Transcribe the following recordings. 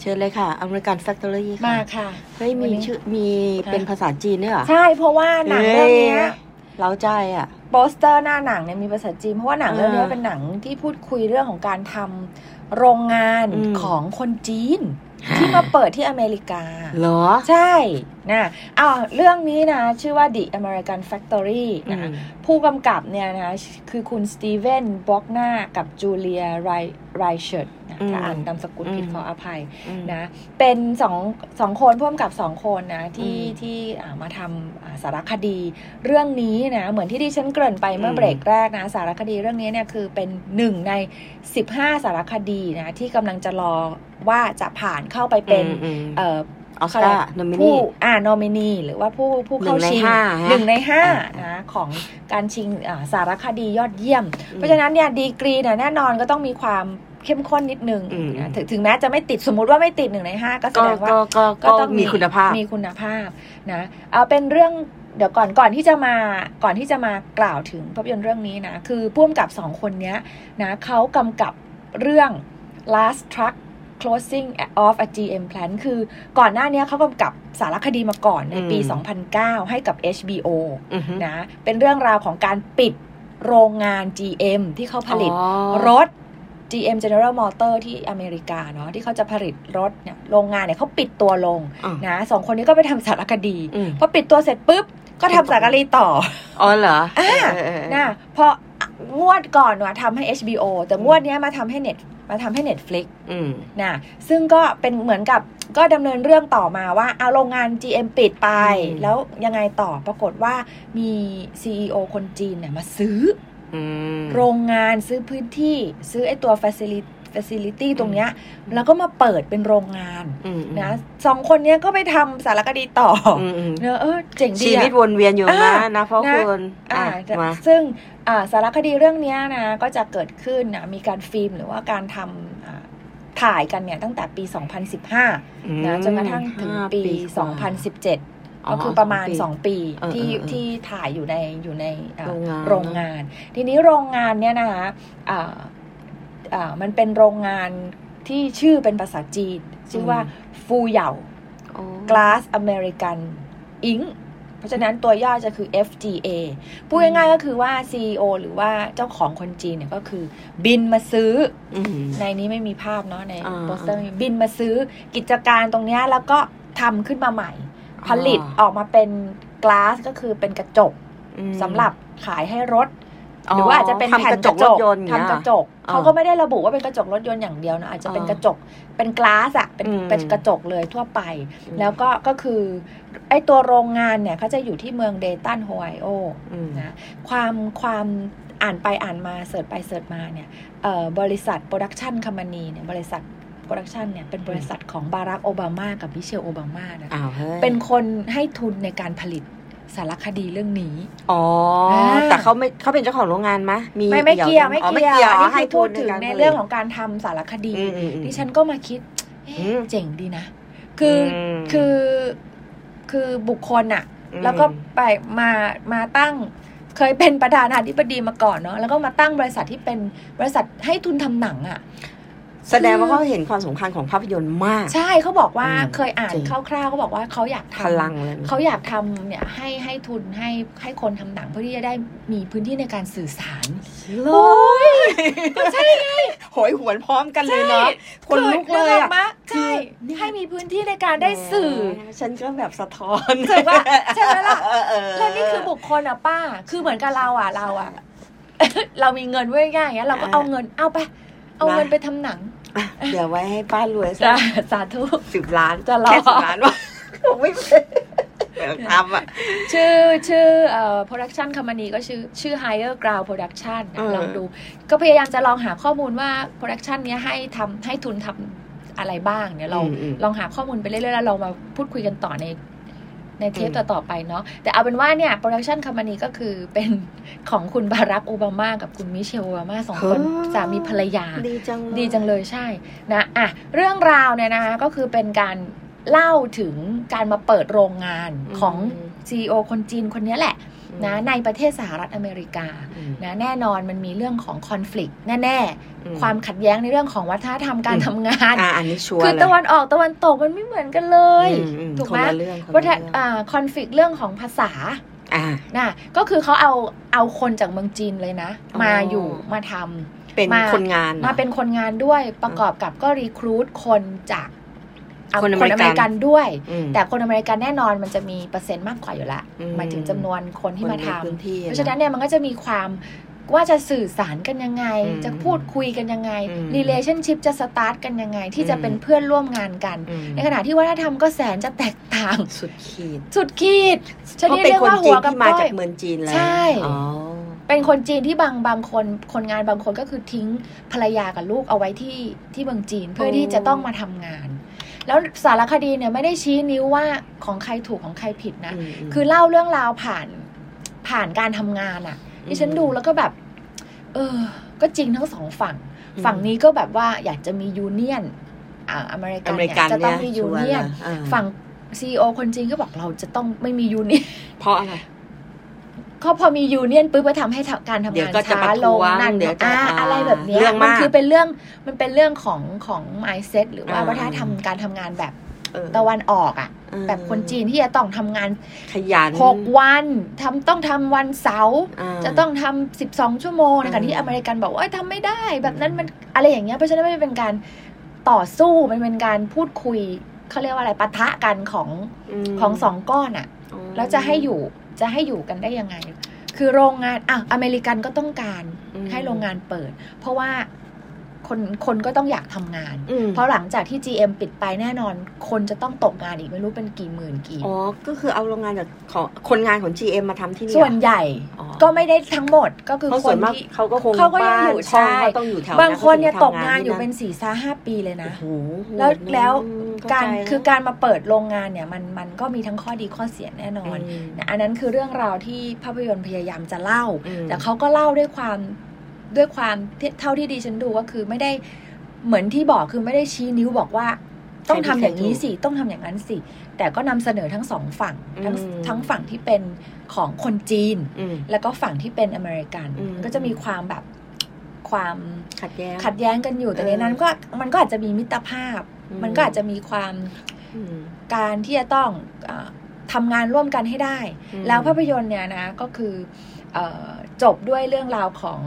เชิญเลยค่ะ อเมริกันแฟคทอรี่ มา ค่ะ ค่ะ เฮ้ยมี วันนี้ ชื่อมี ฮะ เป็นภาษาจีนด้วยเหรอ ใช่เพราะว่าหนังเรื่องเนี้ย ฮ้ยเล้าใจอ่ะ โปสเตอร์หน้าหนังเนี่ยมีภาษาจีนเพราะว่าหนัง เออ เรื่องเนี้ยเป็นหนังที่พูดคุยเรื่องของการทำโรงงาน อืม ของคนจีน ที่มาเปิดที่อเมริกา เหรอ ใช่นะอ้าวเรื่องนี้นะ ชื่อว่า The American Factory อื นะ ม ผู้กำกับเนี่ยนะคือคุณสตีเวนบ็อกนากับจูเลียไรไรเชิร์ดนะ อืม ถ้าอ่านตามสกุลผิด อืม ขออภัย อืม นะเป็นสองสองคนพ่วมกับสองคนนะที่ อืม ที่อ่ามาทำอ่าสารคดีเรื่องนี้นะเหมือนที่ดิฉันเกริ่นไปเมื่ออ ม เบรกแรกนะ สารคดีเรื่องนี้เนี่ยคือเป็นหนึ่งใน 15 สารคดีนะที่กำลังจะรอว่าจะผ่านเข้าไปเป็น อืมอืม เอ่อ ออสการ์นอมินี ผู้อ่านอมินีหรือว่าผู้ผู้เข้าชิหนึ่งงในห้าฮะ หนึ่งในห้า อ่าน นะของการชิงอ่าสารคดียอดเยี่ยม อืม เพราะฉะนั้นเนี่ยดีกรีเนี่ยแน่นอนก็ต้องมีความเข้มข้นนิดนึง อืม นะถึงถึงแม้จะไม่ติดสมมติว่าไม่ติดหนึ่งในห้าก็แส ก็ ดงว่า ก็ก็ ก็ ก็ ต้อง มีคุณภาพ มีคุณภาพนะเอาเป็นเรื่องเดี๋ยวก่อนก่อนที่จะมาก่อนที่จะมากล่าวถึงภาพยนตร์เรื่องนี้นะคือพ่วมกับสองคนเนี้ยนะเขากำกับเรื่อง last truck closing of a GM plant คือก่อนหน้าเนี้ยเขากำกับสารคดีมาก่อนในปี อืม 2009 ให้กับ HBO อือฮึ นะเป็นเรื่องราวของการปิดโรงงาน GM ที่เขาผลิต อ๋อ รถ GM General Motor ที่อเมริกาเนาะที่เขาจะผลิตรถเนี่ยโรงงานเนี่ยเขาปิดตัวลง อ่ะ นะสองคนนี้ก็ไปทำสารคดี อืม พอปิดตัวเสร็จปุ๊บ ก็ทำสารคดีต่อ อ๋อเหรอ อ่า เออเออเออ นะพองวดก่อนว่าทำให้ HBO แต่งวดเนี้ยมาทำให้เน็ตมาทำให้ Netflix อืม นะซึ่งก็เป็นเหมือนกับก็ดำเนินเรื่องต่อมาว่าเอาโรงงาน GM ปิดไป อืม แล้วยังไงต่อปรากฏว่ามี CEO คนจีนเนี่ยมาซื้อ อืม โรงงานซื้อพื้นที่ซื้อไอ้ตัว facility facility ตรงเนี้ย อืม แล้วก็มาเปิดเป็นโรงงาน อืม นะสองคนเนี้ยก็ไปทำสารคดีต่ออ อืมอืม เนอะเออเจ๋งดี ชี อะ วิตวนเวียนอยู่ อ่า นะนะเพราะ นะ คุณ อ่า อ่ะ แต่ มา ซึ่งอ่าสารคดีเรื่องเนี้ยนะก็จะเกิดขึ้นนะมีการฟิล์มหรือว่าการทำอ่าถ่ายกันเนี่ยตั้งแต่ปี 2015นะจนกระทั่งถึงปี 2017 ก็คือประมาณ 2 ปี เออ ที่ เออเออ ที่ถ่ายอยู่ในอยู่ในอ่า โรงงาน โรงงาน ทีนี้โรงงานเนี่ยนะคะอ่าอ่ามันเป็นโรงงานที่ชื่อเป็นภาษาจีน ชื่อว่าฟูเหย่า โอ้ Glass American Inc เพราะฉะนั้นตัวย่อจะคือ FGA พูดง่ายๆก็คือว่า CEO หรือว่าเจ้าของคนจีนเนี่ยก็คือบินมาซื้อ อืม ในนี้ไม่มีภาพเนาะใน อ่า โปสเตอร์บินมาซื้อกิจการตรงเนี้ยแล้วก็ทำขึ้นมาใหม่ ผลิต อ่า ออกมาเป็น glass ก็คือเป็นกระจก อืม สำหรับขายให้รถ หรือว่าอาจจะเป็นแผ่น ทำกระจกรถยนต์ ทำกระจก อ่า เขาก็ไม่ได้ระบุว่าเป็นกระจกรถยนต์อย่างเดียวนะอาจจะเป็น อ่าก ระจกเป็นกลาสอะเป็น อืม เป็นกระจกเลยทั่วไป อืม แล้วก็ก็คือไอตัวโรงงานเนี่ยเขาจะอยู่ที่เมืองเดตันโฮไอโอ อืม นะความความอ่านไปอ่านมาเสิร์ชไปเสิร์ชมาเนี่ยเอ่อบริษัทโปรดักชันค o m มานีเนี่ยบริษัทโปรดักชันเนี่ยเป็นบริษัทของบารักโอบามากับมิเชลโอบามานะ อ้าวเฮ้ย เป็นคนให้ทุนในการผลิตสารคดีเรื่องนี้ อ๋ออา แต่เขาไม่เขาเป็นเจ้าของโรงงานมะมี ไม่ไม่เกี่ยวไม่ อ๋อ เกี่ยว อ๋อ อัน ให้ นี้คือพูดถึง าผในลิต เรื่องของการทำสารคดี อืมอืมอืม ดิฉันก็มาคิดเอ๊ะ อืม เจ๋งดีนะ คืออ ม คือคือบุคคลอะ อืม แล้วก็ไปมามาตั้ง เคยเป็นประธานาธิบดีมาก่อนเนาะแล้วก็มาตั้งบริษัทที่เป็นบริษัทให้ทุนทำหนังอะ แสดงว่าเขาเห็นความสำคัญของภาพยนตร์มาก ใช่เขาบอกว่า อืม เคยอ่าน จริง คร่าวๆเขาบอกว่าเขาอยาก พ ทำ ลังเลย เขาอยากทำเนี่ยให้ให้ทุนให้ให้คนทำหนังเพื่อที่จะได้มีพื้นที่ในการสื่อสาร โอ้ยก็ใช่ไงโหยหวนพร้อมกันเลยเนาะคนลุกเลย อ อะ อกมาใช่ คือ ให้มีพื้นที่ในการได้สื่อ แหมฉันก็แบบสะท้อน ถูกปะใช่ไหมล่ะ เออเ แล้วนี่คือบุคคลอ่ะป้า คือเหมือนกับเราอ่ะเราอ่ะ เรามีเงินไว้ง่ายอย่างเงี้ยเราก็เอาเงินเอาไป เอาเงินไปทำหนัง อ่ะเดี๋ยวไว้ให้ป้ารวยสั จ้ะ ก สาธุ สิบล้าน จะรอ แค่สิบล้าน วะคงไม่เป็นไม่ต้องทำอ่ะ ชื่อชื่อเอ่อโปรดักชันคอมมานีก็ชื่อชื่อ Higher Ground Production นะ เออ ลองดู ก็พยายามจะลองหาข้อมูลว่าโปรดักชันเนี้ยให้ทำให้ทุนทำอะไรบ้างเนี่ยเรา มม ลองหาข้อมูลไปเรื่อยๆ แล้วเรามาพูดคุยกันต่อในในเทป อืม ต่อ ๆ ไปเนาะแต่เอาเป็นว่าเนี่ยโปรดักชันค o m มานีก็คือเป็น ของคุณบารักโอบามากับคุณมิเชลโอบามาสองคนสามีภรรยา ดีจัง ดีจังเลยใช่นะอ่ะเรื่องราวเนี่ยนะคะก็คือเป็นการเล่าถึงการมาเปิดโรงงานของ CEO คนจีนคนเนี้ยแหละ นะในประเทศสหรัฐอเมริกา อืม นะแน่นอนมันมีเรื่องของคอน FLICT แน่ อื ๆ ความขัดแย้งในเรื่องของวัฒนธรรมการ อืม ทำงาน อ่าอันนี้ชัวร์ คือ เลย ตะวันออกตะวันตกมันไม่เหมือนกันเลย อือื ถูก ค ไหม นละเรื่องคน วั ละ ฒ เรื่อง นอ่าคอนฟ lict เรื่องของภาษา อ่า น่ะก็คือเขาเอาเอาคนจากเมืองจีนเลยนะ อ๋อ มาอยู่มาทำ เป็น มา คนงานหรอ มาเป็นคนงานด้วยประกอบกับก็รีครูทคนจากอ่ะ คนอเมริกัน เมริกันด้วย อืม แต่คนอเมริกันแน่นอนมันจะมีเปอร์เซ็นต์มากกว่าอยู่ละ อืม หมายถึงจำนวนคนที่มา คนใน ทำ พื้นที่อ เพราะฉะนั้นเนี่ยมันก็จะมีความว่าจะสื่อสารกันยังไง อืม จะพูดคุยกันยังไง อืม relationship จะสตาร์ทกันยังไง ที่จะเป็นเพื่อนร่วมงานกัน อืม ในขณะที่วัฒนธรรมก็แสนจะแตกต่าง สุดขีด สุดขีดช เพราะนิด เป็น เรียก คน ว่า จี หัวน กับ ที่มา ก้อ จาย กเมืองจีนแล้ว ใช่ อ๋อ เป็นคนจีนที่บางบางคนคนงานบางคนก็คือทิ้งภรรยากับลูกเอาไว้ที่ที่เมืองจีนเพื่อ โอ้ ที่จะต้องมาทำงาน แล้วสารคดีเนี่ยไม่ได้ชี้นิ้วว่าของใครถูกของใครผิดนะ มม คือเล่าเรื่องราวผ่านผ่านการทำงานอะ่ะที่ฉันดูแล้วก็แบบ เออ ก็จริงทั้งสองฝั่ง อืม ฝั่งนี้ก็แบบว่าอยากจะมียูเนียนอ่าอเมริกั อน เมริ เนี่ กัน ยจะต้องมี เนี่ ยู ชัวร์ เนียน ละอ่า ฝั่งซีอคนจีนก็บอกเราจะต้องไม่มียูเนียน เพราะอะไร เขาพอมียูเนียนปุ๊บก็ทำให้ทำการทำ เดี๋ย งา วน ก็จะ ช้า ประ ล ท้ ง วง นั่น เดี๋ยวจะ อ่า อ่า อะไรแบบนี้ย เรื่องมาก นคือเป็นเรื่องมันเป็นเรื่องของของ mindset หรือว่า อ่า วัฒนธรรมการทำงานแบบ เออ ตะวันออกอ่ะ เออ แบบคนจีนที่จะต้องทำงาน ขยัน หกวันทำต้องทำวันเสาร์ อ่า จะต้องทำ12 ชั่วโมงในขณะที่ อืม อเมริกันบอกว่าเอ้ยทำไม่ได้ แบบนั้นมันอะไรอย่างเงี้ยเพราะฉะนั้นมันเป็นการต่อสู้มันเป็นการพูดคุยเขาเรียกว่าอะไรปะทะกันของ ม ของสองก้อนอ่ะ อ๋อ แล้วจะให้อยู่จะให้อยู่กันได้ยังไง คือโรงงานอ่ะอเมริกันก็ต้องการ อืม ให้โรงงานเปิด เพราะว่าคนคนก็ต้องอยากทำงาน อืม เพราะหลังจากที่ GM ปิดไปแน่นอน คนจะต้องตกงานอีกไม่รู้เป็นกี่หมื่นกี่ อ๋อ ก็คือเอาโรงงานจากของคนงานของ GM มาทำที่นี่ ส่วนใหญ่ อ๋อ ก็ไม่ได้ทั้งหมดก็คือ เพราะ ค ส่วน นมาก ที่ เขาก็คง เขาก็ยังอยู่ บ้าน ใช่ ช่องก็ต้องอยู่แถว บางคนเนี่ย ขาถึ ตกงานอยู่ ทำ เป็นสี่ซาห้าปีเลยนะ โอ้โหโหด แล้วแล้ว อืมเข้ การ ใจนะ คือการมาเปิดโรงงานเนี่ยมันมันก็มีทั้งข้อดีข้อเสียแน่นอน ม นะอันนั้นคือเรื่องราวที่ภาพยนตร์พยายามจะเล่า อืม แต่เขาก็เล่าด้วยความด้วยความเท่าที่ดีฉันดูก็คือไม่ได้เหมือนที่บอกคือไม่ได้ชี้นิ้วบอกว่า ต้องทำอย่างนี้สิต้องทำอย่างนั้นสิ แต่ก็นำเสนอทั้งสองฝั่งทั้งทั้งฝั่งที่เป็นของคนจีน อืม แล้วก็ฝั่งที่เป็นอเมริกัน อืม ก็จะมีความแบบความ ขัดแย้ง ขัดแย้งกันอยู่แต่ เออ ในนั้นก็มันก็อาจจะมีมิตรภาพ มันก็อาจจะมีความ อืม การที่จะต้องเออทำงานร่วมกันให้ได้ อืม แล้วภาพยนตร์เนี่ยนะก็คือเออจบด้วยเรื่องราวของ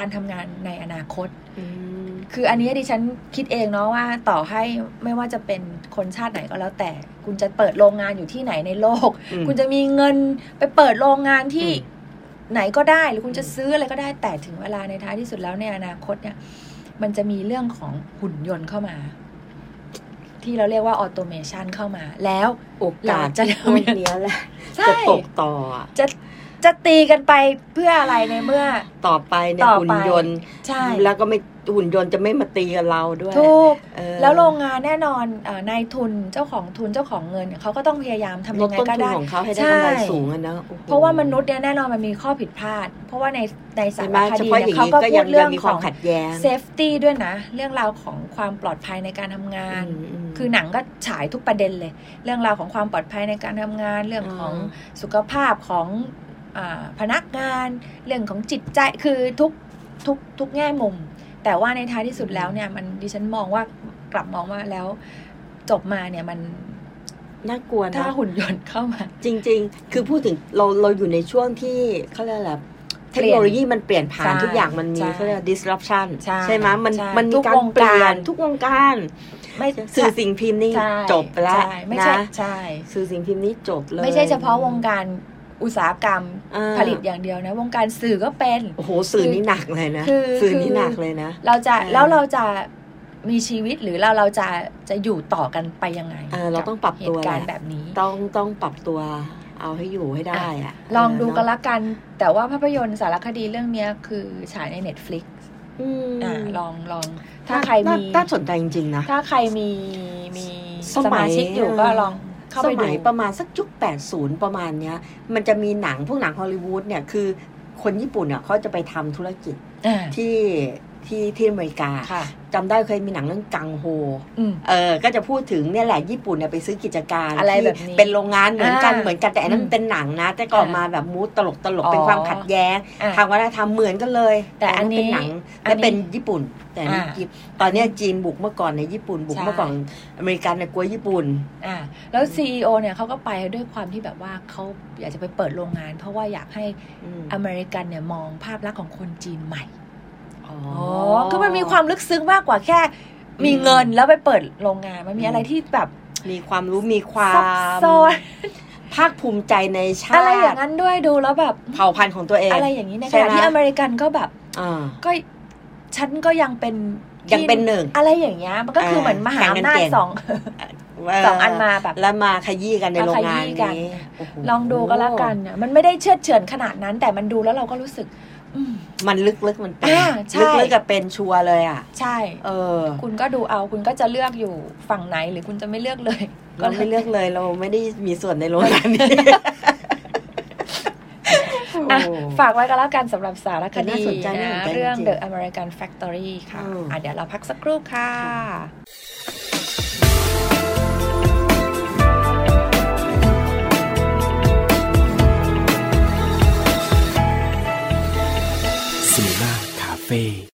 การทำงานในอนาคต อืม คืออันนี้ดิฉันคิดเองเนาะว่าต่อให้ไม่ว่าจะเป็นคนชาติไหนก็แล้วแต่ คุณจะเปิดโรงงานอยู่ที่ไหนในโลก อืม คุณจะมีเงินไปเปิดโรงงานที่ อืม ไหนก็ได้หรือคุณจะ อืม ซื้ออะไรก็ได้แต่ถึงเวลาในท้ายที่สุดแล้วในอนาคตเนี่ย มันจะมีเรื่องของหุ่นยนต์เข้ามา ที่เราเรียกว่าออโตเมชันเข้ามาแล้ว โอกาส จะ พวกเนี้ยแหละจะ ใช่ ตกต่ออะ จะจะตีกันไปเพื่ออะไรในเมื่อ ต่อไปเนี่ย ต่อไป หุ่นยนต์ ใช่ แล้วก็ไม่หุ่นยนต์จะไม่มาตีกับเราด้วย ถูก เออ แล้วโรงงานแน่นอนเอ่อนายทุนเจ้าของทุนเจ้าของเงินเนี่ยเขาก็ต้องพยายามทำ ล ยั ด งไง ต้น ก็ ทุน ได้ ของเขาให้ได้ ใช่ กำไรสูงอะนะโอ้โห เพราะว่ามนุษย์เนี่ยแน่นอนมันมีข้อผิดพลาด เพราะว่าในในสา ใช่ไห ร ม ค เฉ ดี พาะอ เนี่ ย่างนี้ก็ยัยเขาก็พูด ง เรื่อง มีค ข วา อ ม ง ขัดแย้ง เซฟตี้ด้วยนะ เรื่องราวของความปลอดภัยในการทำงาน อืมม คือหนังก็ฉายทุกประเด็นเลย เรื่องราวของความปลอดภัยในการทำงาน เรื่องของสุขภาพของอาพนักงาน เรื่องของจิตใจคือทุกทุกทุกแง่มุม แต่ว่าในท้ายที่สุดแล้วเนี่ยมันดิฉันมองว่ากลับมองว่าแล้วจบมาเนี่ยมัน น่ากลัว ถ้า นะ หุ่นยนต์เข้ามา จริง ๆ คือพูดถึงเราเราอยู่ในช่วงที่เขาเรียกอะไรเทคโนโลยีมันเปลี่ยนผ่าน ใช่ ทุกอย่างมันมี ใช่ เขาเรียกว่า disruption ใช่ ไหมมัน ใช่ มันมี ทุก การ วง เปลี่ย การ นทุกวงการ ไม่ สื่อสิ่งพิมพ์นี่ ใช่ จบไปแล้ว ใช่ไม่ใช่ นะ ใช่ สื่อสิ่งพิมพ์นี่จบเลย ไม่ใช่เฉพาะวงการอุตสาหกรรม อ่า ผลิตอย่างเดียวนะ วงการสื่อก็เป็น โอ้โหสื่อนี่หนักเลยนะ คือ สื่อ คือ นี่หนักเลยนะ เราจะ เออ แล้วเราจะมีชีวิตหรือเราเราจะจะอยู่ต่อกันไปยังไง เออเราต้องปรับ เห ตัว ตุ แห การณ์แบ ละ บนี้ ต้องต้องปรับตัวเอาให้อยู่ให้ได้อะ ลองดู เเา กันละกัน แต่ว่าภาพยนตร์สารคดีเรื่องเนี้ยคือฉายใน Netflix อืม อ่าลองลองถ้า น่ ใคร น่ มี น่าสนใจจริง ๆ นะ ถ้าใครมีมี ส ส มั มาย ชิกอยู่ เออ ก็ลองเข้า ส ไปดู มัยประมาณสักยุค80 ประมาณเนี้ย มันจะมีหนังพวกหนังฮอลลีวูดเนี่ยคือ คนญี่ปุ่นเนี่ยเขาจะไปทำธุรกิจ อ่า ที่ ที่ที่อเมริกา ค่ะ จำได้เคยมีหนังเรื่องกังโฮ อืม เออก็จะพูดถึงเนี่ยแหละญี่ปุ่นเนี่ยไปซื้อกิจการ อะไร ที่ แบบนี้ เป็นโรงงานเหมือนกัน อ่า เหมือนกันแต่อันนั้น อืม เป็นหนังนะ แต่ก็ออกมาแบบมูดตลกตลกๆเป็น อ๋อ ความขัดแย้ง อ่ะ ทางวัฒนธรรมเหมือนกันเลย แต่อันนี้ เป็นหนัง อันนี้ และเป็นญี่ปุ่น แต่อันนี้ อ่า จีนตอนเนี้ยจีนบุกเมื่อก่อนในญี่ปุ่นบุก ใช่ เมื่อก่อนอเมริกันเนี่ยกลัวญี่ปุ่น อ่าแล้ว CEO เนี่ยเขาก็ไปด้วยความที่แบบว่าเขาอยากจะไปเปิดโรงงาน เพราะว่าอยากให้อเมริกันเนี่ยมองภาพลักษณ์ของคนจีนใหม่อ๋อคือมันมีความลึกซึ้งมากกว่าแค่ มีเงินแล้วไปเปิดโรงงาน มันมี อืม อะไรที่แบบ มีความรู้มีความ ซับซ้อน ภาคภูมิใจในชา อะไรอย่าง ติ นั้นด้วยดูแล้วแบบ เผ่าพันธุ์ของตัวเอง อะไรอย่างนี้ใน ใช่ ข ไหม ณะที่อเมริกันก็แบบ อ่า ก็ฉันก็ยังเป็น ยังเป็นหนึ่ง อะไรอย่างเงี้ยมันก็คือเหมือนมหาอำนาจ แข่งกันเก่ง สองสองอันมาแบบ แล้วมาขยี้กันในโรงงาน มาขยี้กัน นี้โโห ลองดูก็แล้วกันนะมันไม่ได้เชื่อดเฉือนขนาดนั้น แต่มันดูแล้วเราก็รู้สึก อืม มันลึกๆมันเป็น อ่าใช่ ลึกๆกับเป็นชัวร์เลยอ่ะ ใช่ เออ คุณก็ดูเอาคุณก็จะเลือกอยู่ฝั่งไหนหรือคุณจะไม่เลือกเลย ก็ เรา เล ไม่ ย เลือกเลยเราไม่ได้มีส่วนในโรงงานนี้ อ่ะ โอ้ ฝากไว้ก็แล้วกันสำหรับสารคดี น่าสนใจ นะ น่าสนใจ เรื่อง จริง The American Factory ค่ะ อืม อ่ะ เดี๋ยวเราพักสักครู่ค่ะ เซล่าคาเฟ่